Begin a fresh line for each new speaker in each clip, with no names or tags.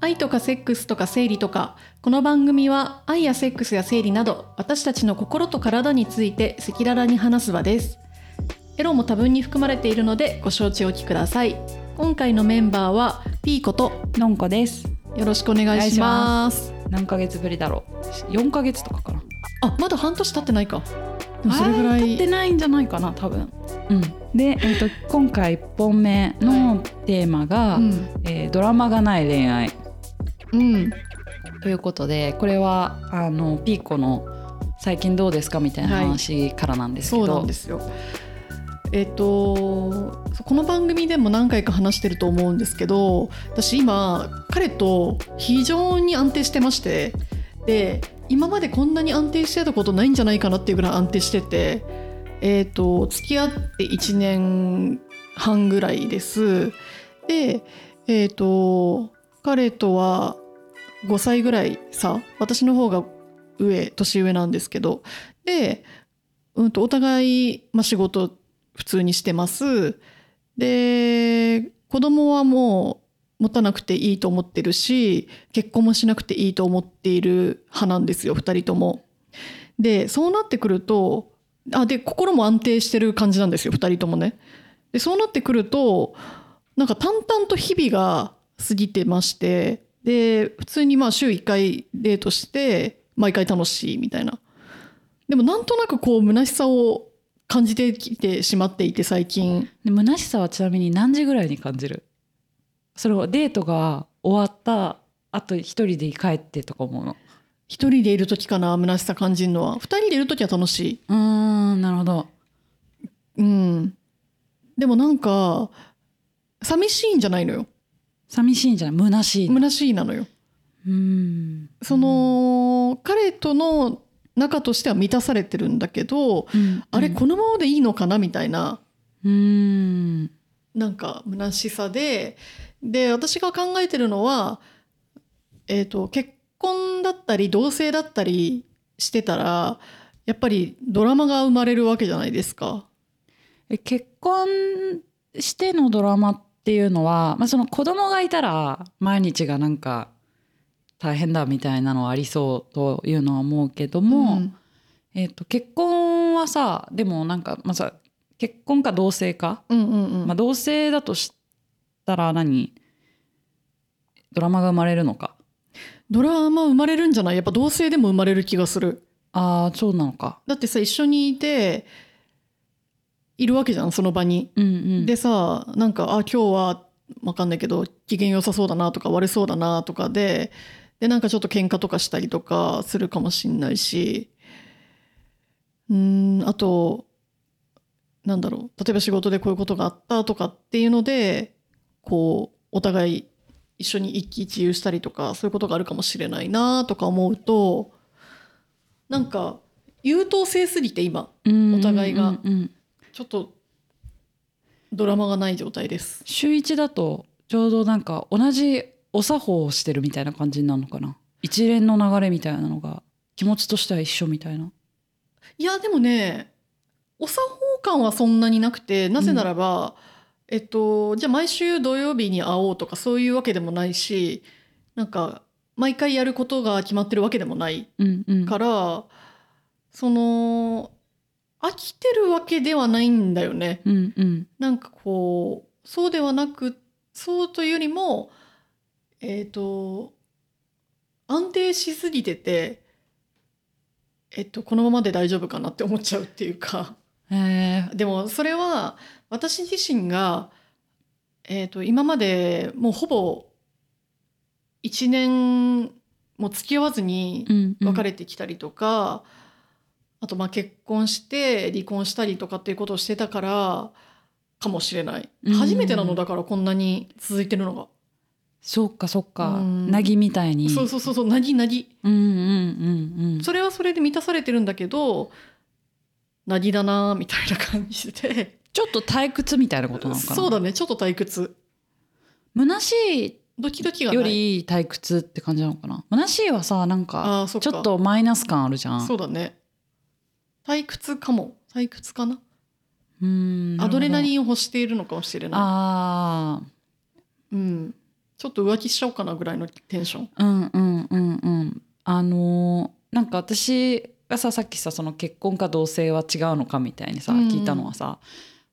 愛とかセックスとか生理とかこの番組は愛やセックスや生理など私たちの心と体について赤裸々に話す場ですエロも多分に含まれているのでご承知おきください今回のメンバーはピーコと
のんこです
よろしくお願いします
何ヶ月ぶりだろう4ヶ月とかかな
あまだ半年経ってないかでもそれぐら
あー経って
い
ないんじゃないかな多分うんで、えー、と今回1本目のテーマが、
うん、
えードラマがない恋愛
うん、
ということでこれはあのピーコの最近どうですかみたいな話からなんですけ
そう
ど、
なんですよえっとそうこの番組でも何回か話してると思うんですけど私今彼と非常に安定してましてで今までこんなに安定してたことないんじゃないかなっていうぐらい安定しててえっと付き合って1年半ぐらいですでえっと彼とは5歳ぐらいさ私の方が上年上なんですけどでうん、とお互い、まあ、仕事普通にしてますで子供はもう持たなくていいと思ってるし結婚もしなくていいと思っている派なんですよ2人とも。でそうなってくるとあで心も安定してる感じなんですよ2人ともね。でそうなってくるとなんか淡々と日々が過ぎてましてで普通にまあ週1回デートして毎回楽しいみたいなでもなんとなくこう虚しさを感じてきてしまっていて最近
で虚しさはちなみに何時ぐらいに感じるそれはデートが終わったあと一人で帰ってとか思うの
一人でいる時かな虚しさ感じるのは二人でいる時は楽し
うーんなるほど
いうんでもなんか寂しいんじゃないのよ
寂しいんじゃない虚しい
虚しいなのよ
うーん
そ、の彼との仲としては満たされてるんだけど
うん
あれ
うん
このままでいいのかなみたいな
うーん
なんか虚しさでで私が考えてるのは、えー、と結婚だったり同棲だったりしてたらやっぱりドラマが生まれるわけじゃないですか。
え結婚してのドラマっていうのは、まあ、その子供がいたら毎日がなんか大変だみたいなのはありそうというのは思うけども、
ん
えっと結婚はさでもなんか、まあ、さ結婚か同棲か、
うんうんうん
まあ、同棲だとしたら何ドラマが生まれるのか
ドラマ生まれるんじゃないやっぱ同棲でも生まれる気がする。
ああそうなのか。
だってさ一緒にいているわけじゃんその場に。
うんうん、
でさなんかあ今日はわかんないけど機嫌良さそうだなとか悪そうだなとかででなんかちょっと喧嘩とかしたりとかするかもしんないしうーんあとなんだろう例えば仕事でこういうことがあったとかっていうのでこうお互い一緒に一喜一憂したりとかそういうことがあるかもしれないなとか思うとなんか優等生すぎて今お互いが
うんうんうんうん
ちょっとドラマがない状態です。
週一だとちょうどなんか同じお作法をしてるみたいな感じになるのかな一連の流れみたいなのが気持ちとしては一緒みたいない
やでもねお作法感はそんなになくてなぜならば、えっとじゃあ毎週土曜日に会おうとかそういうわけでもないしなんか毎回やることが決まってるわけでもない
うんうん
から、その飽きてるわけではないんだよね。
うんうん
なんかこうそうではなくそうというよりもえっ、と安定しすぎてて、えっと、このままで大丈夫かなって思っちゃうっていうか
え
でもそれは私自身が、えっと、今までもうほぼ1年も付き合わずに
ーうんうん、
別れてきたりとか、あとまあ結婚して離婚したりとかっていうことをしてたからかもしれない
うん
初めてなのだからこんなに続いてるのが、
そっかそっか
うん
なぎみたいに
そうそうそうそうなぎなぎ
うんうんうんうん
それはそれで満たされてるんだけどなぎだなみたいな感じで
ちょっと退屈みたいなことなのかな
そうだねちょっと退屈
虚し
ドキドキ
い
がない
より退屈って感じなのかな虚しいはさなんか
あーそっ
ち
か
ょっとマイナス感あるじゃん
そうだね退屈かも退屈かな
うんなる
ア
ほど
ドレナリンを欲しているのかもしれな
ああ
いうんちょっと浮気しちゃおうかなぐらいのテンション
うんうんうんうんあのーなんか私がささっきさその結婚か同棲は違うのかみたいにさ、
うん
聞いたのはさ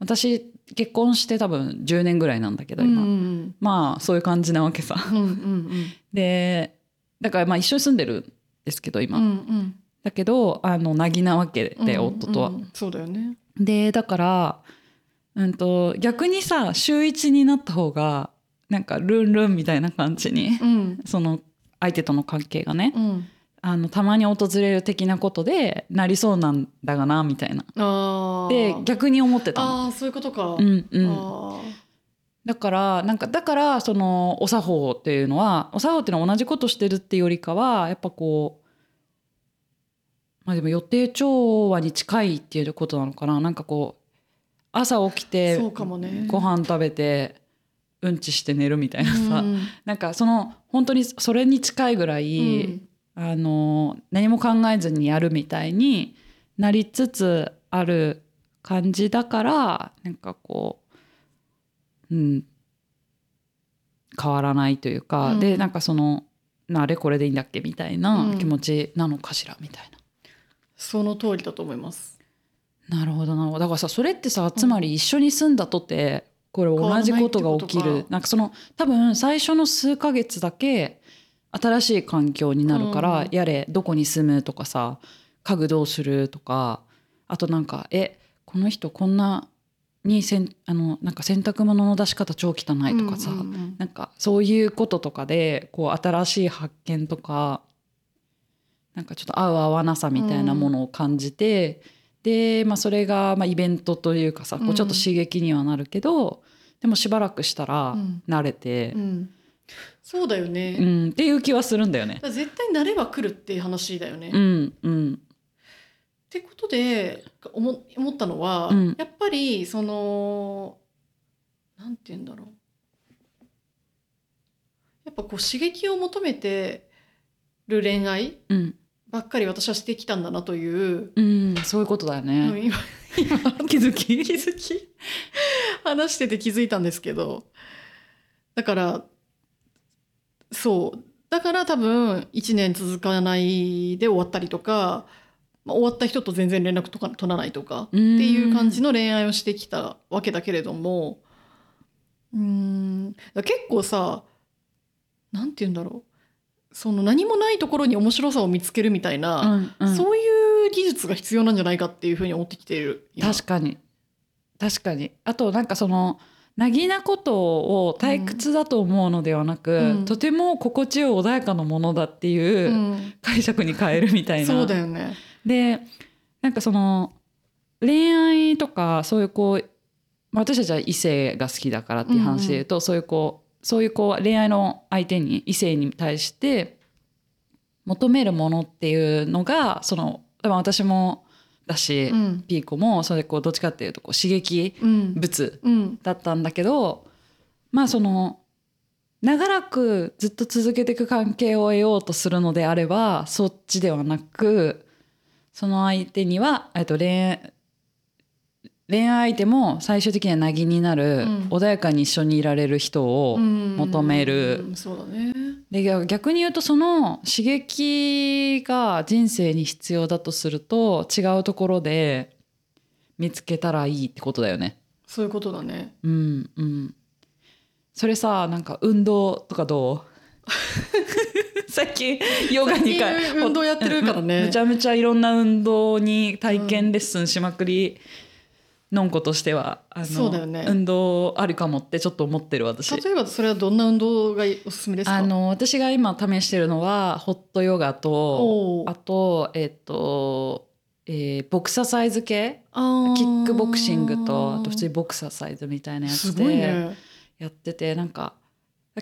私結婚して多分10年ぐらいなんだけど
うんう
今、
ん
まあそういう感じなわけさ
うんうん
でだからまあ一緒に住んでるんですけど
うんう
今、
ん
だけどあのなぎなわけ
うん
で、夫とは
うんうんそうだよね
でだから、うん、と逆にさ週一になった方がなんかルンルンみたいな感じに、
うん
その相手との関係がね、
うん
あのたまに訪れる的なことでなりそうなんだがなみたいな
ああ
で逆に思ってたの。
ああそういうことか、
うんうん、
あー
だからなんかだからそのお作法っていうのはお作法っていうのは同じことしてるっていうよりかはやっぱこうまあでも予定調和に近いっていうことなのかななんかこう朝起きて
そうかもね
ご飯食べてうんちして寝るみたいな さ、
うん
なんかその本当にそれに近いぐらい、
うん
あの何も考えずにやるみたいになりつつある感じだからなんかこう、うん、変わらないというか、
うん
でなんかそのなあれこれでいいんだっけみたいな
うん
気持ちなのかしらみたい
その通りだと思います
な。なるほどなるほどだからさそれってさつまり一緒に住んだとてこれ同じことが起き
変わらないってこと
る
か
なんかその多分最初の数ヶ月だけ新しい環境になるから、
うん
やれどこに住むとかさ家具どうするとかあとなんかえこの人こんなにせんあのなんか洗濯物の出し方超汚いとかさ、
うんうんうん
なんかそういうこととかでこう新しい発見とかなんかちょっと合う合わなさみたいなものを感じて、で、まあ、それがまあイベントというかさこうちょっと刺激にはなるけど、でもしばらくしたら
うん
慣れて
う、んそうだよね、
うんっていう気はするんだよね
だ。から絶対慣れば来るっていう話だよね。
う
っ
んうん
てことで思思ったのは、
うん
やっぱりそのなんて言うんだろうやっぱこう刺激を求めてる恋愛
うん
ばっかり私はしてきたんだなという、
うん、そういうことだよ
うん
ね。
今今 気づき気づき話してて気づいたんですけどだからそうだから多分1年続かないで終わったりとか、まあ、終わった人と全然連絡とか取らないとか
って
っていう感じの恋愛をしてきたわけだけれどもうーんだから結構さなんて言うんだろうその何もないところに面白さを見つけるみたいな、
うんうん
そういう技術が必要なんじゃないかっていうふうに思ってきている。
確かに確かにあとなんかそのなぎなことを退屈だと思うのではなく、
うん
とても心地よい穏やかなものだって
う
いうん解釈に変えるみたいな。
そうだよね。
でなんかその恋愛とかそういうこうまあ私たちは異性が好きだからっていう話で言うと、そういうこうそういうこう恋愛の相手に異性に対して求めるものっていうのがそのでも私もだし、
うん
ピーコもそれこうどっちかっていうとこう刺激
うん
物
うん
だったんだけどまあその長らくずっと続けていく関係を得ようとするのであればそっちではなくその相手にはえっと恋愛恋愛相手も最終的にはなぎになる、
うん
穏やかに一緒にいられる人を、求
求
める
そうだね。
で逆逆に言うとその刺激が人生に必要だとすると違うところで見つけたらいいってことだよね。
そういうことだね。
うんうん。それさなんか運動とかどう？ 最近ヨガにか
最近運動やってるからね
めちゃめちゃいろんな運動に体験レッスンしまくり。のんことしてはあの
そうだよね
運動あるかもってちょっと思ってる私
例えばそれはどんな運動がおすすめですか。
あの私が今試してるのはホットヨガと
お
あ
ー
とえっ、と、えーボクササイズ系
あー
キックボクシングとあと普通にボクササイズみたいなや
す
つ
ごい
で
ね。
やってて、なんか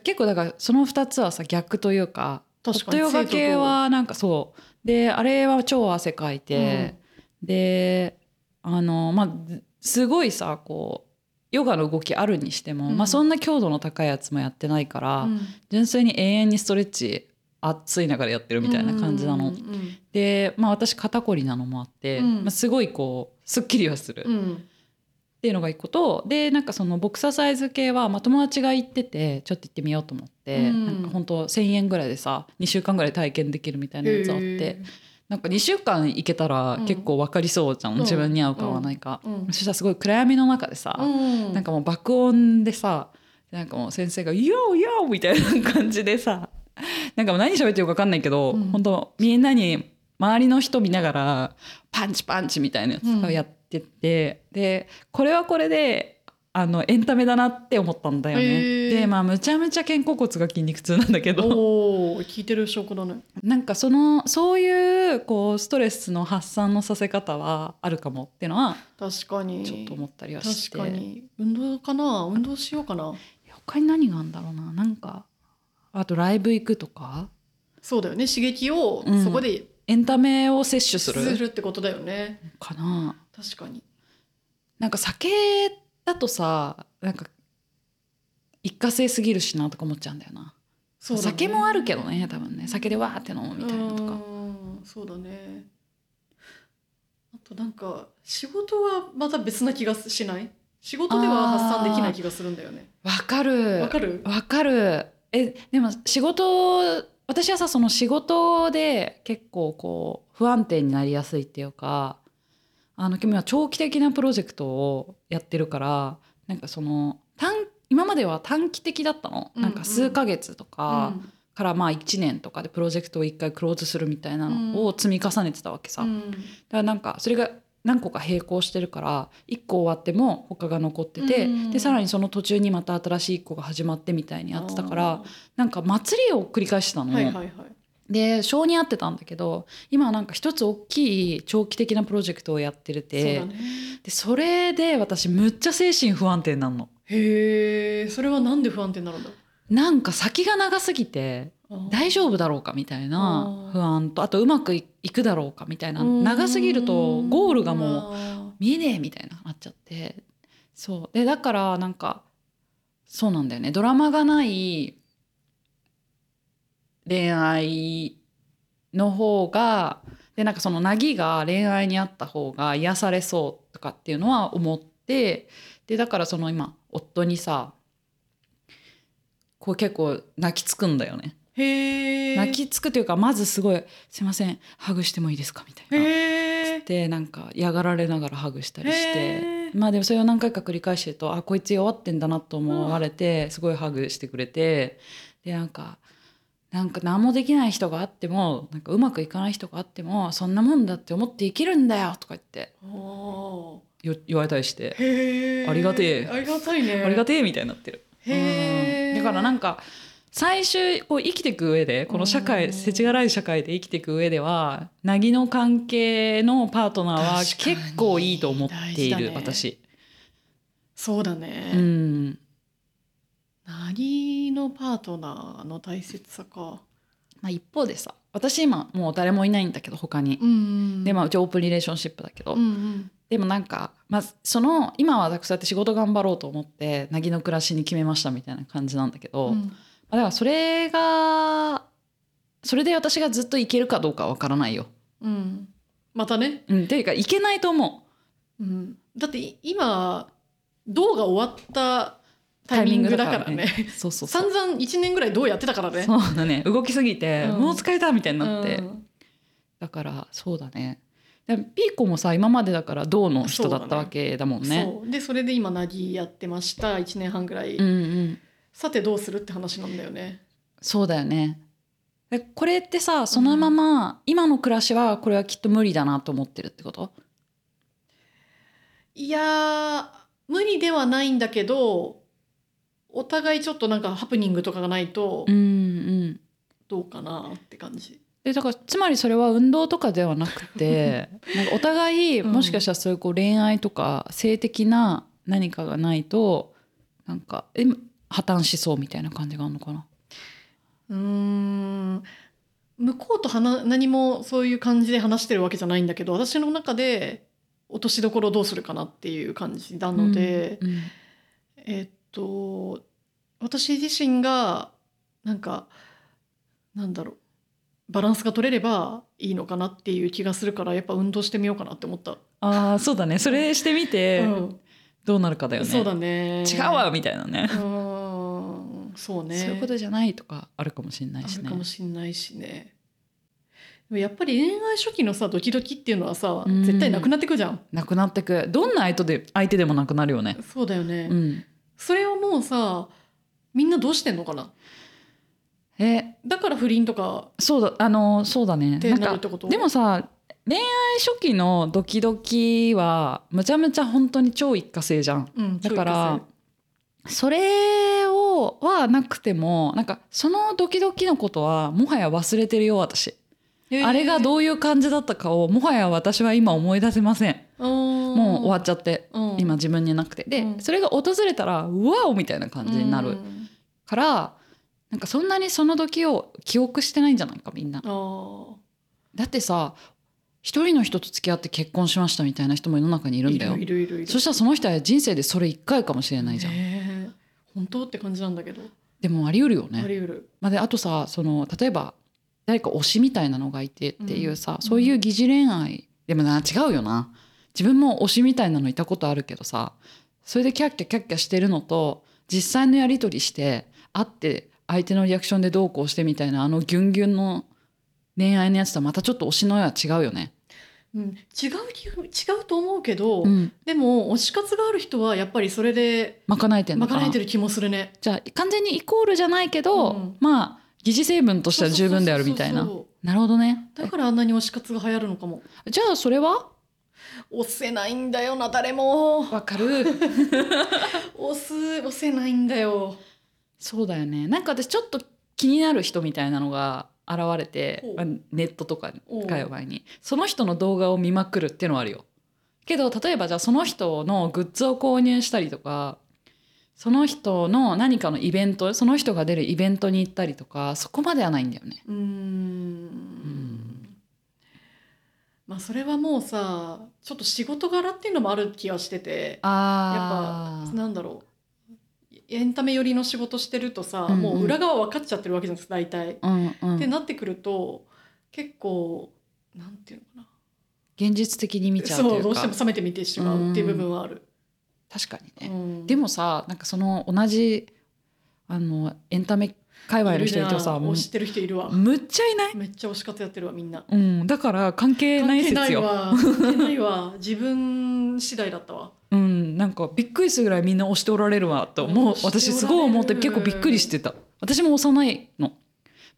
結構だからその2つはさ逆というかホ
確
ッ
か
ト
に
ヨガ系はなんかそうであれは超汗かいて、であのまあすごいさこうヨガの動きあるにしても、
うん
まあ、そんな強度の高いやつもやってないから。
うん
純粋に永遠にストレッチ暑い中でやってるみたいな感じなの。
うんうん
で、まあ、私肩こりなのもあって、
うん
まあ、すごいこうすっきりはする。
うん
っていうのが一個とでなんかそのボクサーサイズ系は、まあ、友達が行っててちょっと行ってみようと思って、
うん
なんか本当1,000円ぐらいでさ2週間ぐらい体験できるみたいなやつあって
へ
なんか2週間行けたら
うん
結構分かりそうじゃん、
うん
自分に合うか合わないか。
ーうん
そしたらすごい暗闇の中でさ、
うん
なんかもう爆音でさなんかもう先生が「ヨーヨー!」みたいな感じでさなんかもう何喋ってるか分かんないけど、
うん
本当みんなに周りの人見ながらパンチパンチみたいなやつをやってって、でこれはこれであのエンタメだなって思ったんだよね。
へー
でまあむちゃむちゃ肩甲骨が筋肉痛なんだけど
おお聞いてる証拠だね。
なんかそのそういうこうストレスの発散のさせ方はあるかもっていうのは
確かに。
ちょっと思ったりはして。
確かに運動かな運動しようかな。
他に何があるんだろうななんかあとライブ行くとか
そうだよね刺激を
うん
そこで
エンタメを摂取す
す
る
るってことだよね。
かな
確かに。
なんか酒だとさなんか一過性すぎるしなとか思っちゃうんだよな
そうだね
酒もあるけどね多分ね酒でわーって飲むみたいなのと
う
か
ーんそうだねあとなんか仕事はまた別な気がしない仕事では発散できない気がするんだよね
わかる
わかる
わかるえでも仕事私はさその仕事で結構こう不安定になりやすいっていうかあの君は長期的なプロジェクトをやってるからなんかその短今までは短期的だったの、
うん
なんか数ヶ月とか
うん
からまあ1年とかでプロジェクトを1回クローズするみたいなのを積み重ねてたわけさ、だからなんかそれが何個か並行してるから1個終わっても他が残ってて、
うん
でさらにその途中にまた新しい1個が始まってみたいにやってたから、なんか祭りを繰り返してた
あー
の、
はいはいはい
で性に合ってたんだけど今はなんか一つ大きい長期的なプロジェクトをやってるて
そうだね
でそれで私むっちゃ精神不安定になるの
へえそれはなんで不安定になるんだ
なんか先が長すぎて大丈夫だろうかみたいな
あー
不安とあとうまくいいくだろうかみたいな
うん
長すぎるとゴールがもう
あ
見えねえみたいななっちゃってそうでだからなんかそうなんだよねドラマがない恋愛の方がでなんかそのなぎが恋愛にあった方が癒されそうとかっていうのは思ってでだからその今夫にさこう結構泣きつくんだよね
ーへえ
泣きつくというかまずすごい「すいませんハグしてもいいですか」みたいな。
へえ
でなんか嫌がられながらハグしたりして。
へー
まあでもそれを何回か繰り返してるとあこいつ弱ってんだなと思われて、すごいハグしてくれてでなんかなんか何もできない人があってもなんかうまくいかない人があってもそんなもんだって思って生きるんだよとか言って
お
よ言われたりして
ー、へえ
ありがてえ
ありがたいね
ありがてえみたいになってる、
へえ
うんだからなんか最終こう生きていく上でこの社
う
会
ん
世知辛い社会で生きていく上ではなぎの関係のパートナーは
確かに
結構いいと思って
大事
いる、
だね
私。
そうだね、
うん
なぎのパートナーの大切さか。
まあ、一方でさ私今もう誰もいないんだけど他に、
ん
でまあうちオープンリレーションシップだけど、
うんうん、
でもなんか、まあ、その今は私だって仕事頑張ろうと思ってなぎの暮らしに決めましたみたいな感じなんだけど、
う
ま
ん
あ、だからそれがそれで私がずっといけるかどうかわからないよ。
うん、またね、
うん、ていうかいけないと思
うん、だってい今動が終わったタイミングだから
タイミン
ね
グう。そうそうそう
散々1年ぐらいどうやってたからね。
そうだね 動きすぎて、
うん
もう疲れたみたいになって、
うん
だからそうだねでピーコもさ今までだから銅の人だったわけだもんね。
そうでそれで今なぎやってました1年半ぐらい、
うんうん
さてどうするって話なんだよね。
そうだよねえこれってさそのまま、今の暮らしはこれはきっと無理だなと思ってるってこと
いやー無理ではないんだけどお互いちょっとなんかハプニングとかがないと
うんうん
どうかなって感じ。
でだからつまりそれは運動とかではなくて なんかお互い
うん
もしかしたらそういうこう恋愛とか性的な何かがないとなんかえ破綻しそうみたいな感じがあるのかな
うーん向こうと話何もそういう感じで話してるわけじゃないんだけど私の中で落としどころをどうするかなっていう感じなので、
うんうん
えっと私自身がなんかなんだろうバランスが取れればいいのかなっていう気がするからやっぱ運動してみようかなって思った。
ああそうだねそれしてみて、
うん
どうなるかだよね
そうだね
違うわみたいなね
うーんそうね
そういうことじゃないとかあるかもしれないし
ある
ね
かもしんないしねでもやっぱり恋愛初期のさドキドキっていうのはさ
うん
絶対なくなってくじゃん
なくなってくどんな相手で相手でもなくなるよね、
そうだよね、
うん、
それをもうさみんなどうしてんのかな
え
だから不倫とか
そうだあのそうだね
って
なん
なるっ
か
てこと
でもさ恋愛初期のドキドキはむちゃむちゃ本当に超一過性じゃん
うん
だからそれをはなくてもなんかそのドキドキのことはもはや忘れてるよ私、あれがどういう感じだったかをもはや私は今思い出せませんもう終わっちゃって
ゃうん
今自分になくてで、
うん
それが訪れたらうわおみたいな感じにな
う
る
ん
からなんかそんなにその時を記憶してないんじゃないかみんな
あー
だってさ一人の人と付き合って結婚しましたみたいな人も世の中にいるんだよ
いるいるいるいる
そしたらその人は人生でそれ一回かもしれないじゃん、
ねえ本当って感じなんだけど、
でもあり得るよね
あり得る
まあ、であとさその例えば誰か推しみたいなのがいてっていうさ、
うん
そういう疑似恋愛でもな違うよな自分も推しみたいなのいたことあるけどさそれでキャッキャキャッキャしてるのと実際のやり取りして会って相手のリアクションでどうこうしてみたいなあのギュンギュンの恋愛のやつとはまたちょっと推しのや違うよね。
うん、違う理由違うと思うけど、
うん、
でも推し活がある人はやっぱりそれで
まかないてん
賄
のかな
えてる気もするね
じゃあ完全にイコールじゃないけど、
うん
まあ疑似成分としては十分であるみたい
そう
な
そう。そう
なるほどね。
そうだからあんなに推し活が流行るのかも
えじゃあそれは
押せないんだよな誰も
わかる
押す押せないんだよ
そうだよねなんか私ちょっと気になる人みたいなのが現れて
ほう、
まあネットとか
おう
界隈にその人の動画を見まくるっていうのはあるよけど例えばじゃあその人のグッズを購入したりとかその人の何かのイベントその人が出るイベントに行ったりとかそこまではないんだよね
うーんまあそれはもうさちょっと仕事柄っていうのもある気がしてて
あー
なんだろうエンタメ寄りの仕事してるとさ、
うんうん
もう裏側分かっちゃってるわけじゃないですか大体。
うんう
って
ん、
なってくると結構なんていうのか
現実的に見
な
ちゃうと
そ
いうう
どうして
か
も冷めて見てしまうっていう部分はある。
確かにね、
うん
でもさなんかその同じあのエンタメ界隈の人いてさ
いるな
もう
推してる人いるわ。
むっちゃいない
めっちゃ推し活やってるわみんな。
うん、だから関係ない
関係な
説
い
よ。
わ関係ないわ自分次第だったわ。
うん、なんかびっくりするぐらいみんな押しておられるわと思う。
押しておられる
私すごい思って結構びっくりしてた。私も幼いの。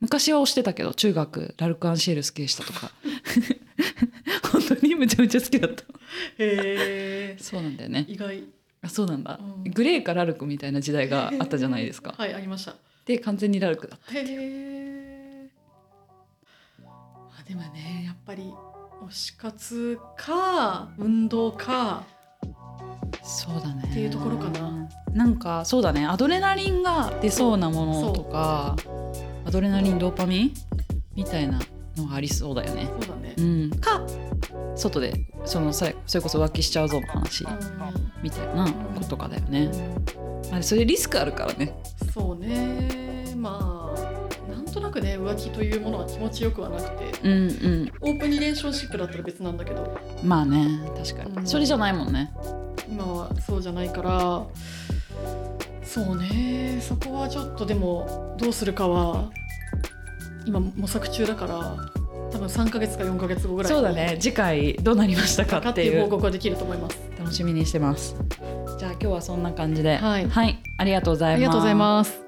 昔は押してたけど、中学ラルクアンシェル好きでしたと か。本当にめちゃめちゃ好きだった。
へえ
そうなんだよね。
意外
あ、そうなんだ。
うん
グレーかラルクみたいな時代があったじゃな いですか。
はいありました。
で、完全にラルクだ。
へえ。まあでもねやっぱり推し活か運動か
そうだね。
っていうところかな。
なんかそうだね。アドレナリンが出そうなものとか、アドレナリンドーパミンみたいなのがありそうだよね。
そうだね。
うん、か外でそのそれそれこそ浮気しちゃうぞの話
うん
みたいなことかだよね。あれそれリスクあるからね。
そうねまあなんとなくね浮気というものは気持ちよくはなくて
うんうん。
オープンリレーションシップだったら別なんだけど
まあね確かに、
うん
それじゃないもんね。
今はそうじゃないからそうねそこはちょっとでもどうするかは今模索中だから多分3ヶ月か4ヶ月後ぐらい
そうだね次回どうなりましたか
かっ
って
てい
いうう
報告ができると思います。
楽しみにしてます。じゃあ今日はそんな感じで
はい
はい、ありがとうござい
あ
ます。
りがとうございます